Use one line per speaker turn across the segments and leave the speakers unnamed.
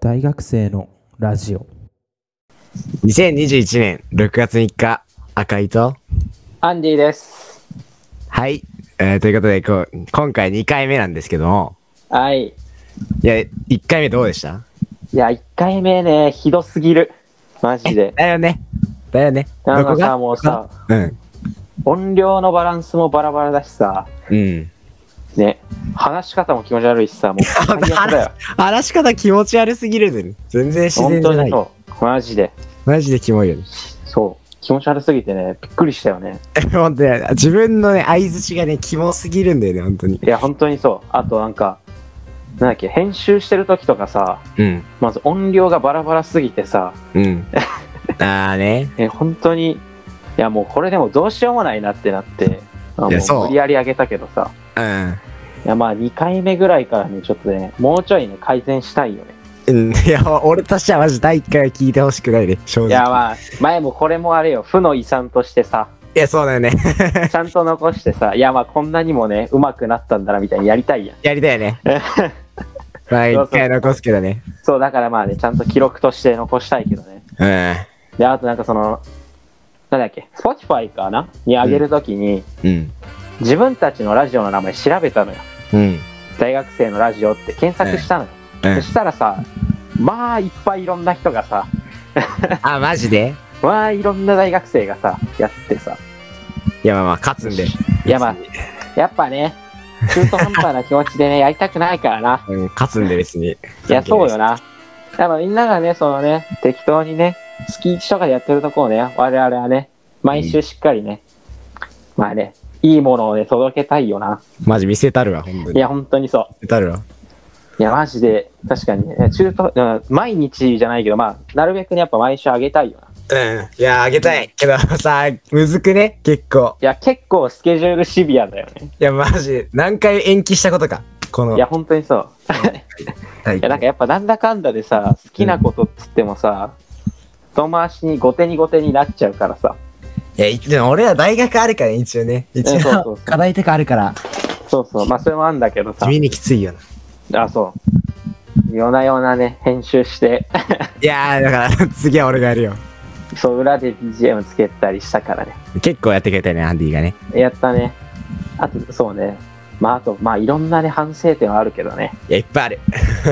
大学生のラジオ
2021年6月3日、赤いと。
アンディです。
はい。えーということでこう、今回2回目なんですけども、
はい。い
いや、1回目どうでした
や、1回目ね、ひどすぎる。マジで。
だよね。だよね。
なん
どこ
か
が
さ、もうさ、
うん。
音量のバランスもバラバラだしさ、
うん。
ね、話し方も気持ち悪いし さ、もう最悪だよ。
話し方気持ち悪すぎるね。全然自
本
然じ
当
ゃな
に
い。
そう。マジで。
マジでキモいよね。
そう。気持ち悪すぎてね、びっくりしたよね。
本当に自分のね、相づちがね、キモすぎるんだよね、本当に。
いや、本当にそう。あとなんか、なんだっけ、編集してる時とかさ、
うん。
まず音量がバラバラすぎてさ、
うん。 あーね。
え本当に、いやもうこれでもどうしようもないなってなって、あ
いやそ
も
う
う無理やり上げたけどさ、
うん。
いやまあ2回目ぐらいからね、ちょっとね、もうちょいね、改善したいよね。
うん、いや、俺としてはマジ第1回は聞いてほしくないね、正直。
いやまあ、前もこれもあれよ、負の遺産として さ、
いや、そうだよね。
ちゃんと残してさ、いやまあこんなにもね、上手くなったんだなみたいにやりたいやん。
やりたいね。 まあ、
そうそう
一回残すけどね。
そう、だからまあね、ちゃんと記録として残したいけどね。
うん。
で、あとなんかその、なんだっけ、Spotify かなに上げるときに、
うん。
自分たちのラジオの名前調べたのよ。
うん。
大学生のラジオって検索したのよ。
うん
そしたらさ、まあいっぱいいろんな人がさ、
あ、マジで
まあいろんな大学生がさ、やってさ、
いや、まあまあ、勝つんで。
いやまあ、やっぱね、中途半端な気持ちで ね、やりたくないからな。
うん、勝つんで別に。
いや、そう
な。
よな。やっぱみんながね、そのね、適当にね、月1とかでやってるとこをね、我々はね、毎週しっかりね、まあね、いいものをね、届けたいよな。
マジ見せたるわ、本当
い
に。見
や、本当にそう。
せたるわ。
いや、マジで、確かにね、中途、うん毎日じゃないけど、まあ、なるべくね、やっぱ毎週あげたいよな。
うん。いや、あげたい。けどさ、むずくね結構。
いや、結構スケジュールシビアだよね。
いや、マジで。何回延期したことか。この。
いや、本当にそう。
はい
いや、なんかやっぱなんだかんだでさ、好きなことっつってもさ、遠回しに後手に後手になっちゃうからさ。
いや、いでも俺ら大学あるからね、一応ね。一
そうそうそ
応
う、
課題とかあるから、
そうそう、まあそれもあんだけどさ
地。味にきついよな。
あ、そう。夜な夜なね、編集して、
いやー、だから、次は俺がやるよ。
そう、裏で BGM つけたりしたからね。
結構やってくれたよね、アンディがね。
やったね。あと、そうね。まああと、まあいろんなね、反省点はあるけどね。
いや、いっぱいある。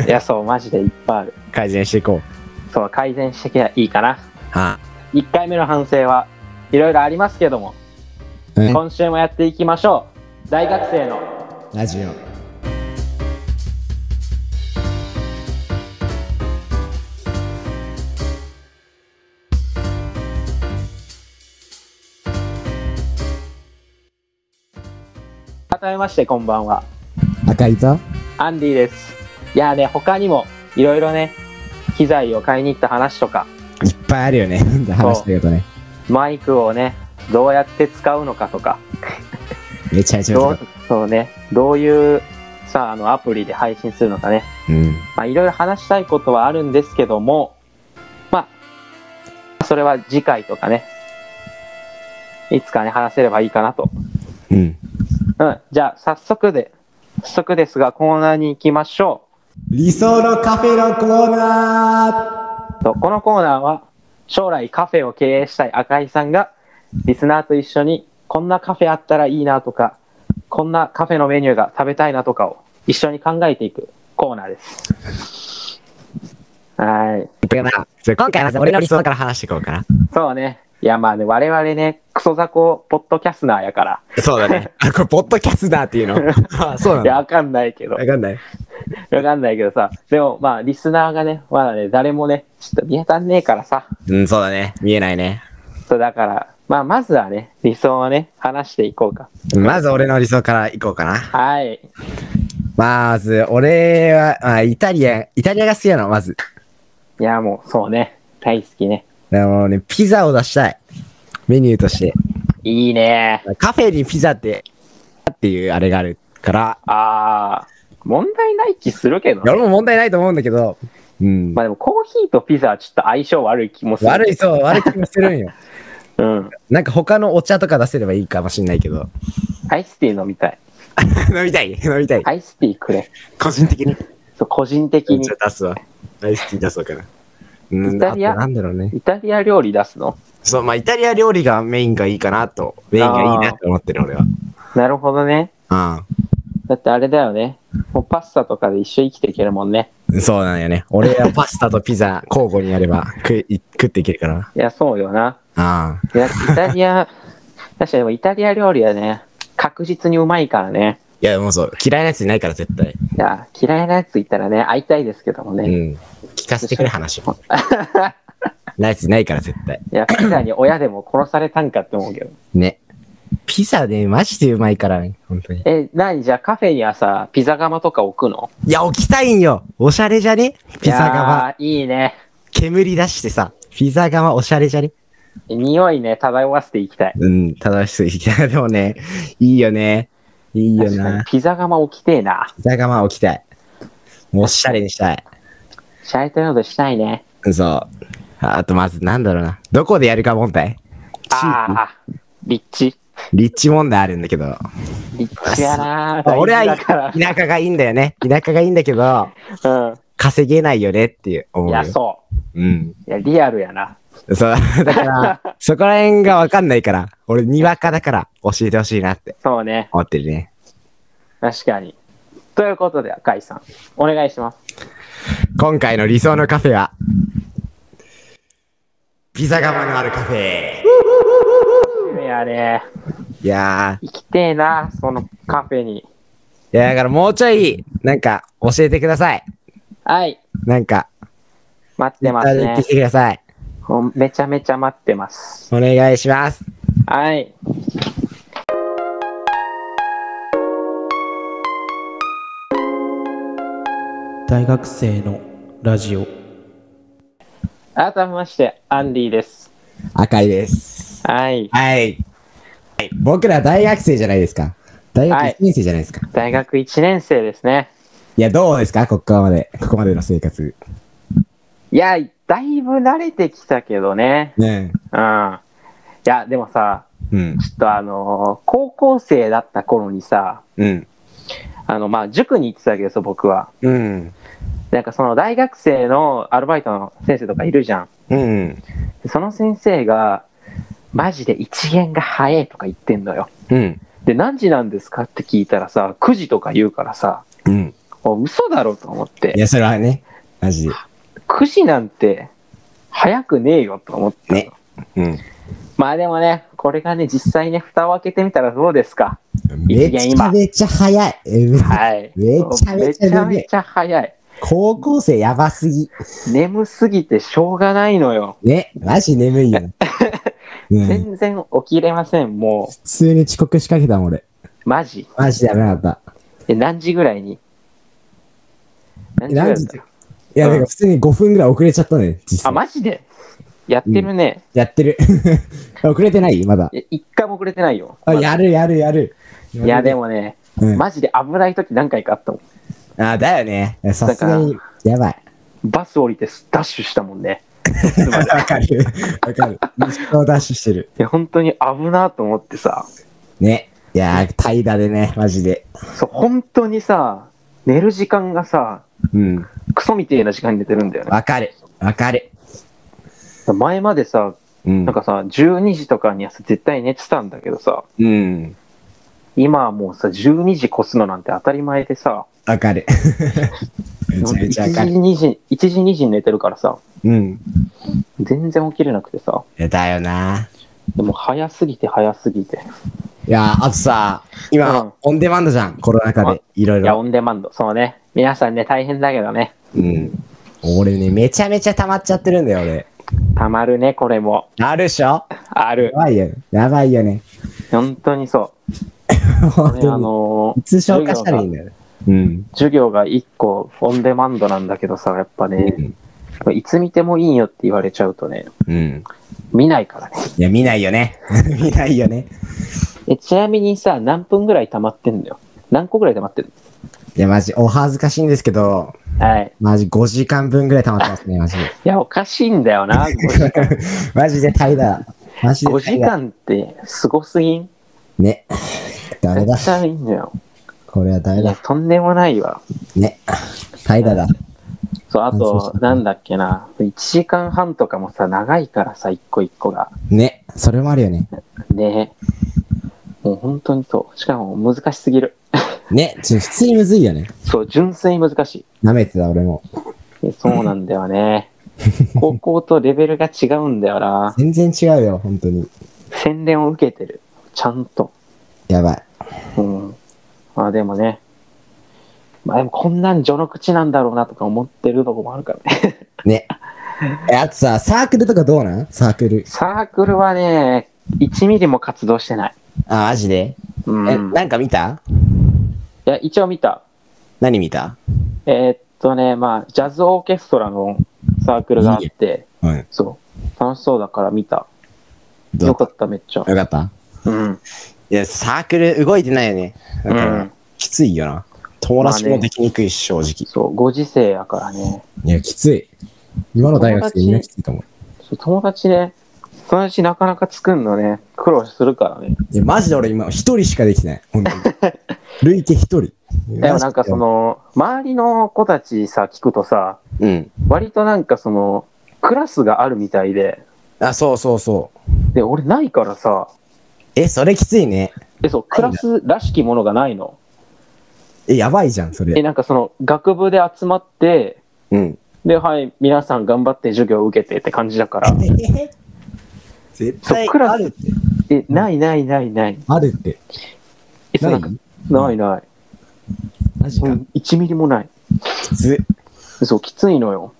いや、そう、マジでいっぱいある。
改善していこう。
そう、改善してきゃいいかな。
あ、
1回目の反省はいろいろありますけども、
うん
今週もやっていきましょう。大学生の
ラジオ。
改めましてこんばんは
赤いと
アンディですいやーね他にもいろいろね機材を買いに行った話とか
いっぱいあるよね。 話してることね。
マイクをねどうやって使うのかとか
めちゃめちゃ
ど
難
うそうねどういうさあのアプリで配信するのかね
しい。うん。
まあいろいろ話したいことはあるんですけどもまあそれは次回とかねいつかね話せればいいかなと
うん。
うんじゃあ早速で早速ですがコーナーに行きましょう
理想のカフェのコーナ
とこのコーナーは将来カフェを経営したい赤井さんがリスナーと一緒にこんなカフェあったらいいなとかこんなカフェのメニューが食べたいなとかを一緒に考えていくコーナーです。はい。
ーだからじゃあ今回はさ俺の理想から話していこうかな。
そうね。いやまあね、我々ね、クソ雑魚ポッドキャスナーやから。
そうだ ね。あ、これ、ポッドキャスターっていうの あ、そうない
や、
の
わかんないけど。
わかんない。
わかんないけどさ。でもまあ、リスナーがね、まだね、誰もね、ちょっと見当たんねえからさ。
うん、そうだね。見えないね。
そうだから、まあまずはね、理想をね、話していこうか。
まず俺の理想からいこうかな。
はい。
まず、俺は、あ、イタリア、イタリアが好きなの、まず。
いや、もう、そうね。大好きね。
でもね、ピザを出したい。メニューとして。
いいね。
カフェにピザって、っていうあれがあるから、
あー、問題ない気するけど
いや。俺も問題ないと思うんだけど、うん。
まあでも、コーヒーとピザはちょっと相性悪い気もする。
悪い、そう、悪い気もするんよ。
うん。
なんか他のお茶とか出せればいいかもしんないけど。
アイスティー飲みたい。
飲みたい、飲みたい。
アイスティーくれ。
個人的に。
そう個人的に
じゃあ出すわ。アイスティー出そうかな。うん、
イタリア
あとなんだろうね。
イタリア料理出すの
そう、まあ、イタリア料理がメインがいいかなと。メインがいいなって思ってる、俺は。
なるほどねだってあれだよねもうパスタとかで一緒に生きていけるもんね
うん。そうなんよね。俺はパスタとピザ交互にやれば食い食っていけるからな。
いやそうよな
ああ。
いやイタリア 確かにでもイタリア料理はね確実にうまいからね
いや、もうそう、嫌いなやついないから、絶対。
いや嫌いなやついたらね会いたいですけどもね、
う
い
ん。聞かせてくれ、話。 なやついないから、絶対。
やピザに親でも殺されたんかって思うけど
ね。ピザね、マジでうまいからね、本当に。
え何じゃあカフェにはさピザ窯とか置くの
いや、置きたいんよ。おしゃれじゃねピザ窯。
いやーいいね
煙出してさ、ピザ窯おしゃれじゃね
匂いね漂わせていきたい
うん、正しい。い や、でもね、いいよね。いいよ
確かに
な。
ピザ窯置きてえな
ピザ窯置きたい。もうおしゃれにしたい。
シャレたようでしたいね
そう。あと、まず、なんだろうな。どこでやるか問題。
ああ立地
立地問題あるんだけど。
立地やなー
俺は
大事だから
田舎がいいんだよね。田舎がいいんだけど、稼げないよねっていう
う
思
ん
う
い
よ。。
やそう
うん。
ういやリアルやな
そう、 だから、 そこら辺がわかんないから、俺、にわかだから、教えてほしいなって
そうね
思ってるね。
確かにということで赤井さんお願いします
今回の理想のカフェは、ピザ窯のあるカフェ。
いやね
いや
行きてえなそのカフェに
ー、いや、だからもうちょい、なんか、教えてください。
はい
なんか、
待ってます
言
ね
ってきてください。
もうめちゃめちゃ待ってます
お願いします。
はい
大学生のラジオ
改めましてアンディです
赤いです。
はい
はい。僕ら大学生じゃないですか。大学
はい
1年生じゃないですか。
大学1年生ですね
いや、どうですかここまで、ここまでの生活。
いやだいぶ慣れてきたけどね
ね
うんいやでもさ
うん。
ちょっとあのー高校生だった頃にさ
うん。
あのまあ塾に行ってたけどさ僕は
うん。
なんかその大学生のアルバイトの先生とかいるじゃん
うん。
その先生がマジで一元が早いとか言ってんのよ
うん。
で何時なんですかって聞いたらさ9時とか言うからさ
うん。
お嘘だろと思っ
い
て
や、それはね、マジで。
9時なんて早くねえよと思って、
ねうん。
まあでもねこれがね実際ね蓋を開けてみたらどうですか
めちゃめちゃ早い。えめ
はい
めちゃめちゃ
めちゃ
長い
めちゃ早い
高校生やばすぎ。
眠すぎてしょうがないのよ
ね、マジ眠 いよ。うん、普
全然起きれません、も
通に遅刻しかけたもん、俺。
う。マジ。
マジでやめなかった。
え、何時ぐらいに何時ぐらいだ
何
っ
時
た
いや、
うん
だから普通に5分ぐらい遅れちゃったね、実
あ、
際。
マジでやってるね。
やってる。 遅れてないまだ。
え一回も遅れてないよ。
あ、やるやるやる。
いや、で。もね、
うん、あ
マジで危ない時何回かあったもん。
だよね。さすがに、やばい。
バス降りてダッシュしたも んね。
わかる。わか る。一生ダッシュしてる。
いや、本当に危なと思ってさ、
ね。いやー、怠惰でね、マジで。
そう、本当にさ、寝る時間がさ、
うん。
クソみてえな時間に寝てるんだよね。
わかる。わかる。
前までさ、
うん
なんかさ、12時とかにはさ、絶対寝てたんだけどさ、
うん。
今はもうさ、12時越すのなんて当たり前でさ、
わ かる。めちゃめちゃわかる。
1時2時、1時2時に寝てるからさ、
うん。
全然起きれなくてさ、
だよな。
でも早すぎて早すぎて。
いやー、あとさ、今、
うん
オンデマンドじゃん。コロナ禍で。いろい
いや、
ろ。
オンデマンド。そうね。皆さんね、大変だけどね。
うん。俺ね、めちゃめちゃ溜まっちゃってるんだよ、俺。
たまるね、これも。
あるでしょ
あ
や
る。
ばいよ。やばいよね。
本当にそ
本
う。ね、
当に
あのー
いつ消化したらいいんだよね。うん。
授業が1個オンデマンドなんだけどさ、やっぱ
う
ね、
ん。
いつ見てもいいよって言われちゃうとね、
うん。
見ないからね。
いや、見ないよね。 見ないよね。
え、ちなみにさ、何分ぐらい溜まってんのよ。何個ぐらい溜まってる
いや、マジ、お恥ずかしいんですけど、
はい。
マジ5時間分ぐらい溜まってますね、マジで。
いや、おかしいんだよな。5時 間。
マジで怠惰。マジで
5
怠
時
惰。
間ってすごすぎん
ね。ダメだ。
絶対いいんだよ。
これは大
いや、
だ。
とんでもないわ。
ね。怠惰だ。
そう、あ
そうそ
と
うそ、う
なんだっけな。1時間半とかもさ、長いからさ、一個一個が。
ね。それもあるよね。
ねもう本当にそう。しかも難しすぎる。
ね。ちょ普通にむずいよね。
そう、純粋に難し
舐めてた俺も。
い。そうなんだ よね。高校とレベルが違うんだよな。
全然違うよ、本当に。
洗練を受けてる。ちゃんと。
やばい。
うん。まあでもね。まあでもこんなん序の口なんだろうなとか思ってるとこもあるからね。
ね。え、あとさ、サークルとかどうなんサークル。
サークルはね、1ミリも活動してない。
あ、マジで
うん。
え、
い
なんか見た
や、一応見た。
何見た
えーっとね、まあ、ジャズオーケストラのサークルがあって、
うん。
そう。楽しそうだから見た。
どう
よかった、めっちゃ。
よかった
うん。
いや、サークル動いてないよね。だ
う
から、
ん。
きついよな。友達
まあ
も
ね
できにくいし、正直。
そう、ご時世やからね。
いや、きつい。今の大学生みんなきついと思う。
そう友達ね、友達なかなか作んのね、苦労するからね。
いや、マジで俺今、一人しかできてない。本 当に。累計一人。
でもなんかその、周りの子たちさ、聞くとさ、
うん。
割となんかその、クラスがあるみたいで、
あ、そうそうそう。
で、俺ないからさ、
え、それきついね。
え、そう、クラスらしきものがないの。
え、やばいじゃん、そ
え、
れ。
なんかその、学部で集まって、
うん。
で、はい、皆さん頑張って授業を受けてって感じだから、
絶
そう
対
クラス
あるって。
え、ないないないない。
あるって。
え、そう
な
ないんかないない。
マジ
う
か。
ん、1ミリもない。
きつ。
そう、きついのよ。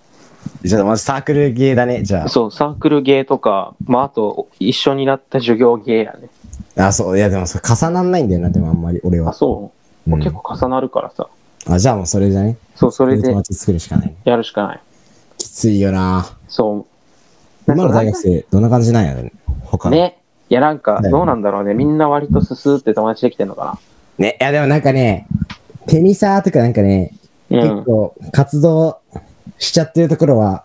ちょっとまずサークルゲーだね、じゃ
そう、サークルゲーとか、まあ、あと、一緒になった授業ゲーやね。
あ、そう。いや、でもそれ重なんないんだよな、でもあんまり俺
あ、
は。
そうう。
ん
結構重なるからさ。
あ、じゃあもうそれじゃね。
そう、それで
友達作るしかない。
やるしかない。
きついよな。
そう。
今の大学生、どんな感じなんやろね。他の。
ね。いや、なんか、
ね
どうなんだろうね。みんな割とススーって友達できてんのか
ね。いや、でもなんかね、テニサーとかなんかね、
な。う
結
ん。
構活動しちゃってるところは、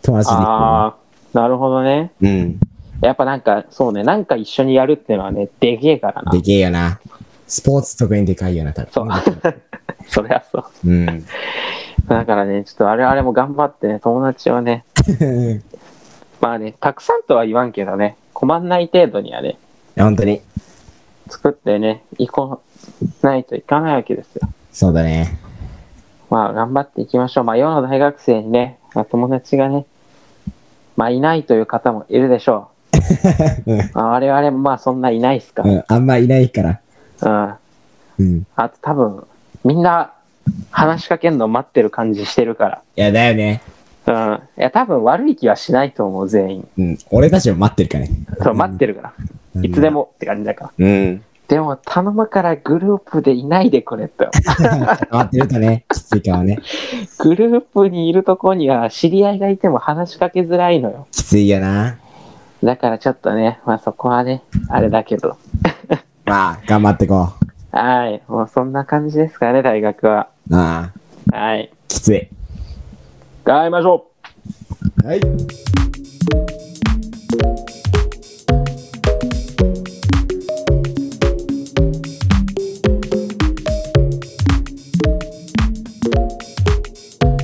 友達できてるな。
ああ、なるほどね。
あ。うん。
やっぱなんか、そうね、なんか一緒にやるっていうのはね、でけえからな
で。けえよな。スポーツ特にでかいよな、多分。
そう。 そりゃそう。
うん。
だからね、ちょっとあれあれも頑張ってね、友達をね、
い
まあね、たくさんとは言わんけどね、困んない程度にはね、
や 本当に。
作ってね、行こないといかないわけですよ。
そうだね。
まあ、頑張っていきましょう。まあ、世の大学生にね、まあ友達がね、まあ、いないという方もいるでしょ う。まあ、我々もまあ、そんないないっすか。
うん、あんまいないから。
うん。
うん。い
あと多分、みんな、話しかけんの待ってる感じしてるか
や、だよね。
ら。うん。いや、多分悪い気はしないと思う、全員。
うん。俺たちも待ってるからね。
そう、待ってるから。いつでもって感じだから。
うん。
でも頼むからグループでいないでくれと。
待ってるとね、 きついからね。
グループにいるとこには知り合いがいても話しかけづらいのよ。
きついよな。
だからちょっとね、まあそこはね、あれだけど。
まあ、頑張ってこ
はい。もうそんな感じですかね、大学は。
う。ああ、
はい。
きつい。
頑張りましょ
はい。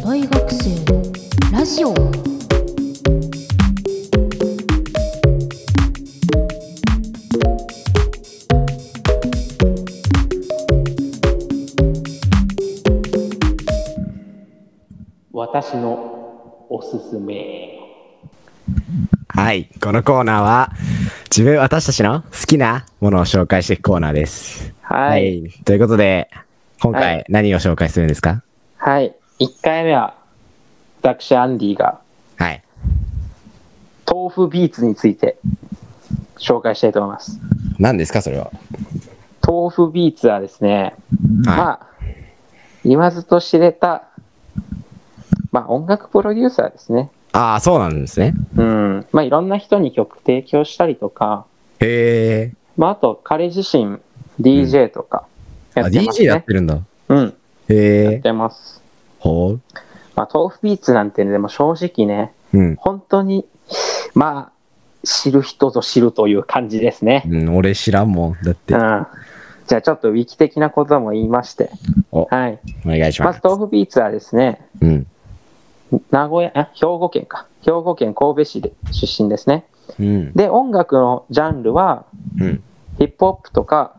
大学生のラジオ
う私のおすすめ。
はい。このコーナーは、自分、私たちの好きなものを紹介していくコーナーです。
はい。。
ということで、今
は
回
い
何を紹介するんですか
はい。1回目は、私、アンディが、
はい。
豆腐ビーツについて紹介したいと思います。
何ですか、それは。
豆腐ビーツはですね、まあ、言わずと知れた、まあ、音楽プロデューサーですね。
ああ、そうなんですね。
うん。まあ、いろんな人に曲提供したりとか、
へえ。
まあ、あと、彼自身、DJ とか
あ、
やってます
DJ
ね。
やってるんだ。
うん、
へ
やっ
え。
てます。
ほう。
まあ、豆腐ビーツなんてね、でも正直ね、
うん。
本当に、まあ、知る人ぞ知るという感じですね。
うん、俺知らんもん。だって
う。ん。じゃあちょっとウィキ的なことも言いまして。
お
はい。
お願いし
ま
ま
ず
す。
豆腐ビーツはですね、
うん。
名古屋、え兵庫県か。兵庫県神戸市で出身ですね。
うん。
で、音楽のジャンルは、
うん。
ヒップホップとか、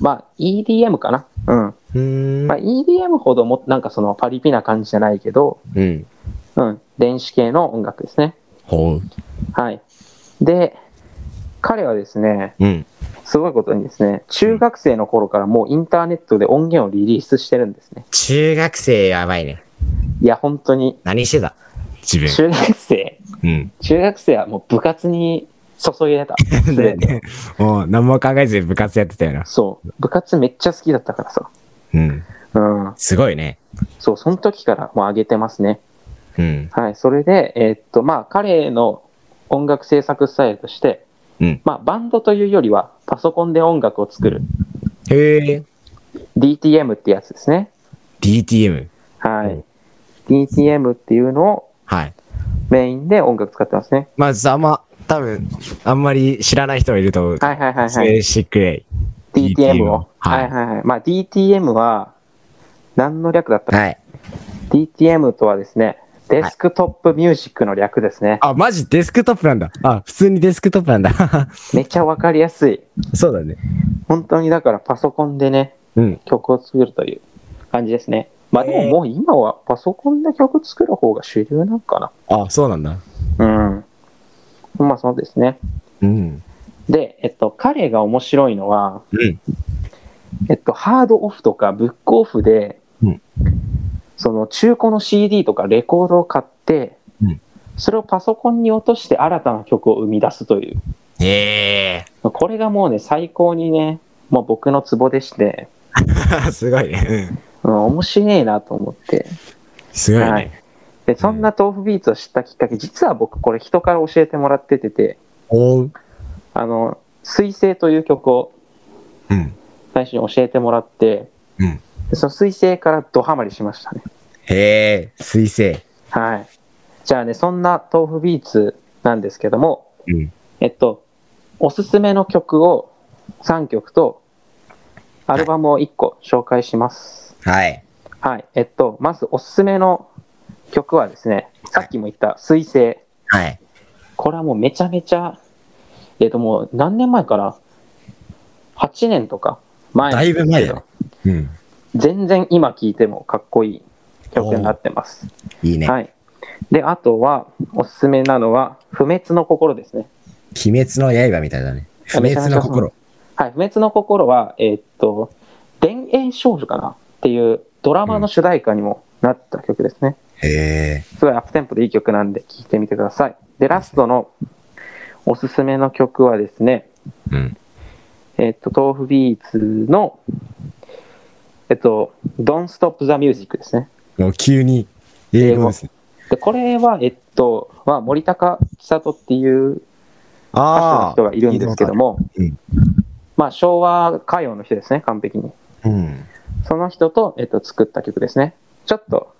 まあ、EDM かな。うん。
うん
まあ、EDM ほども、なんかそのパリピな感じじゃないけど、
うん。
うん。電子系の音楽ですね。
ほう。
はい。で、彼はですね、
うん。
すごいことにですね、中学生の頃からもうインターネットで音源をリリースしてるんですね。
中学生やばいね。
いや、本当に、
何してた自分。
中学生、
うん。
中学生はもう部活に注いでた。
だよ ね。 もう何も考えずに部活やってたよな。
そう。部活めっちゃ好きだったからさ。
うん。
うん。
すごいね。
そう、その時からもう上げてますね。
うん。
はい。それで、えーっと、まあ、彼の音楽制作スタイルとして、
うん
まあ、バンドというよりは、パソコンで音楽を作る
へえ。
DTM ってやつですね。
DTM。
はい。DTM っていうのを
はい。
メインで音楽使ってますね。
まず、あんま、多分、あんまり知らない人もいると思う。
はいはいはい
ス
はい。
ペーシックレ
DTM を。
は
はいいはいはい。まあ、DTM は、何の略だった
イ。
か。
い。
DTM とはですね、デスクトップミュージックの略ですね。
あ、マジデスクトップなんだ。あ、普通にデスクトップなんだ。
めっちゃわかりやすい。
そうだね。
本当にだからパソコンでね、
うん。
曲を作るという感じですね。まあでも
えー
もう今はパソコンで曲作る方が主流なんか
あ、そうなんだ。
な。うん。まあそうですね。
うん。
で、えっと、彼が面白いのは、
うん。
えっと、ハードオフとかブックオフで、
うん
その中古の CD とかレコードを買って、
うん
それをパソコンに落として新たな曲を生み出すという。
へえ。
これがもうね、最高にね、もう僕のツボでして、
すごいね。うん。
うん、面白いなと思って。
すごいね。
はいで、そんな豆腐ビーツを知ったきっかけ、実は僕これ人から教えてもらっててて、
おう。
あの、水星という曲を
うん。
最初に教えてもらって、
うん
でその水星からドハマりしましたね。
へえ。水星。
はい。じゃあね、そんな豆腐ビーツなんですけども、
うん
えっと、おすすめの曲を3曲と、アルバムを1個紹介します。
はい。
はい。えっと、まずおすすめの曲はですね、さっきも言った水星。
はい。
これはもうめちゃめちゃ、えっともう何年前から、8年とか前なんですけど。
よ。うん。
全然今聴いてもかっこいい曲になってます。
いいね。
はい。で、あとは、おすすめなのは、不滅の心ですね。
鬼滅の刃みたいだね。不滅の心。
はい、不滅の心は、えーっと、田園少女かなっていうドラマの主題歌にもなった曲ですね。
へえ。
すごいアップテンポでいい曲なんで聴いてみてください。で、ラストのおすすめの曲はですね、
うん。
えーっと、豆腐ビーツの、えっと、Don't Stop the Music ですね。
もう急に英語ですね。
で、これは、えっと、まあ、森高千里っていう歌手の人がいるんですけども、
聞いたこ
まあ、昭和歌謡の人ですね、完璧に。
うん。
その人と、えっと、作った曲ですね。ちょっと、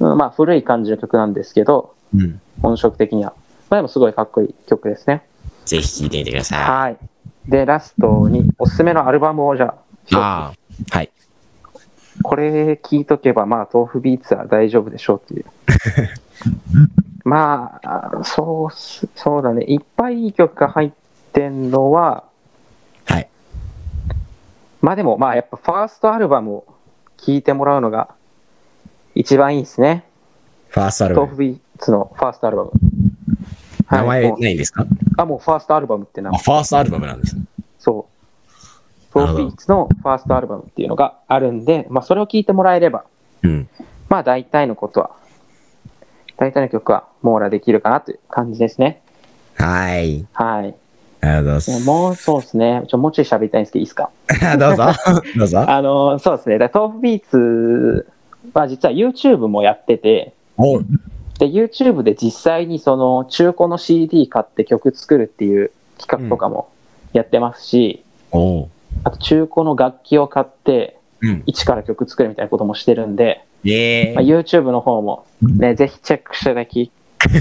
うんまあ、古い感じの曲なんですけど、
うん。
音色的には。まあ、でもすごいかっこいい曲ですね。
ぜひ聴いてみてください。
はい。で、ラストにおすすめのアルバムをじゃあ、
ああ。はい。
これ聴いとけば、まあ、豆腐ビーツは大丈夫でしょう っていう。まあ、そうす、そうだね。いっぱいいい曲が入ってんのは、
はい。
まあでも、まあやっぱファーストアルバムを聴いてもらうのが一番いいですね。
ファーストアルバ
豆腐
ム。
ビーツのファーストアルバム。
名前
もう
ないんですか
あ、もうファーストアルバムって名
あ、
前。
ファーストアルバムなんですね。
そう。
な
豆
るほど
腐ビーツのファーストアルバムっていうのがあるんで、まあそれを聴いてもらえれば、
うん。
まあ大体のことは、大体の曲は網羅できるかなという感じですね。
はい。あ
はい。
りがとうご
い
ざ
や
いま
もうそうですね。ちょ、もうちょい喋りたいんですけど、いいですか
す。 どう ぞ。どうぞ。
あのそうですね。だから豆腐ビーツは実は YouTube もやってて、
おう。
で、YouTube で実際にその中古の CD 買って曲作るっていう企画とかもやってますし、
おう。
あと中古の楽器を買って、
うん。
一から曲作るみたいなこともしてるんで、
ええ
まあ、。YouTube の方もね、ぜひチェックしていただき、し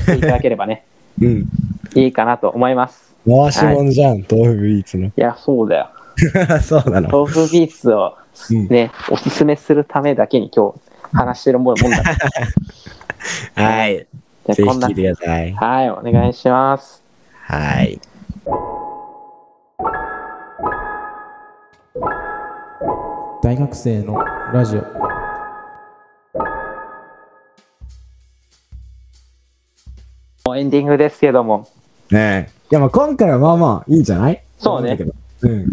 ていただければね、
うん。
いいかなと思います。
回しもんじゃん、豆腐ビーツの。
いや、そうだよ。
そうなの。
豆腐ビーツを
うん
ね、おすすめするためだけに今日話してるもん もんだ。
はい。
じ
ぜ
ゃ
ひ
あこんな
聞いてください。
はい、お願いします。
はい。
大学生のラジオ
もうエンディングですけども、
ね
いや、まあ今回はまあまあいいんじゃない
そうね
だけどうん。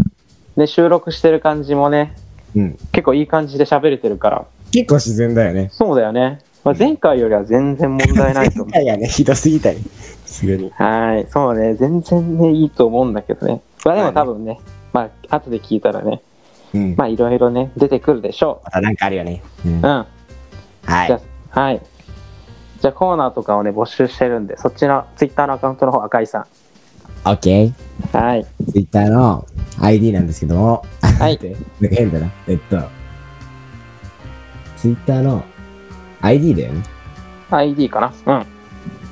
ね、収録してる感じもね、
うん
結構いい感じで喋れてるから、
結構自然だよね。
そうだよね。まあ、前回よりは全然問題ないと思う。
いやね、ひどすぎたり。すぐに。
はい、そうね、全然ね、いいと思うんだけどね。まあでも多分ね、まあ後で聞いたらね、
うん。ま
まあいろいろね、出てくるでしょ
たなんかあるよね。
う。うん。じゃ
はい。
あ、はい。じゃあコーナーとかをね、募集してるんで、そっちのツイッターのアカウントの方、赤井さ
OK。
ん。はい。
Twitter の ID なんですけども。
はい。
ね変だな。えっと。Twitter の ID だよね。
ID かな。うん。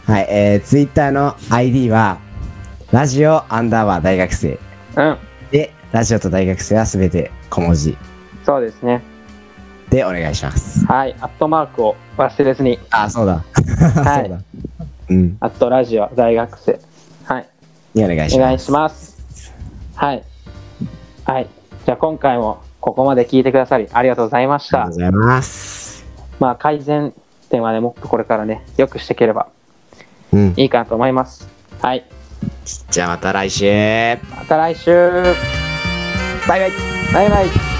はい、えー、ツイッターの ID は、ラジオアンダーバー大学生。
うん。
で、ラジオと大学生はすべて小文字
そうですね。
でお願いします。
はい。アットマークを忘れず に。
あ、そうだ。
は
そう
い。
だ。
うん。
アットラジオ大学生。はい。
にお願いし
お願い
ま
し
す。
ます。はい。はい。じゃあ今回もここまで聞いてくださりありがとうございまし
ありが
た
とう。ございます。
まあ改善点はね、もっとこれからね、良くしていければ
うん。
いいかなと思います。はい。
じゃあまた来週。バイ
また来週
バイ。
バイバイ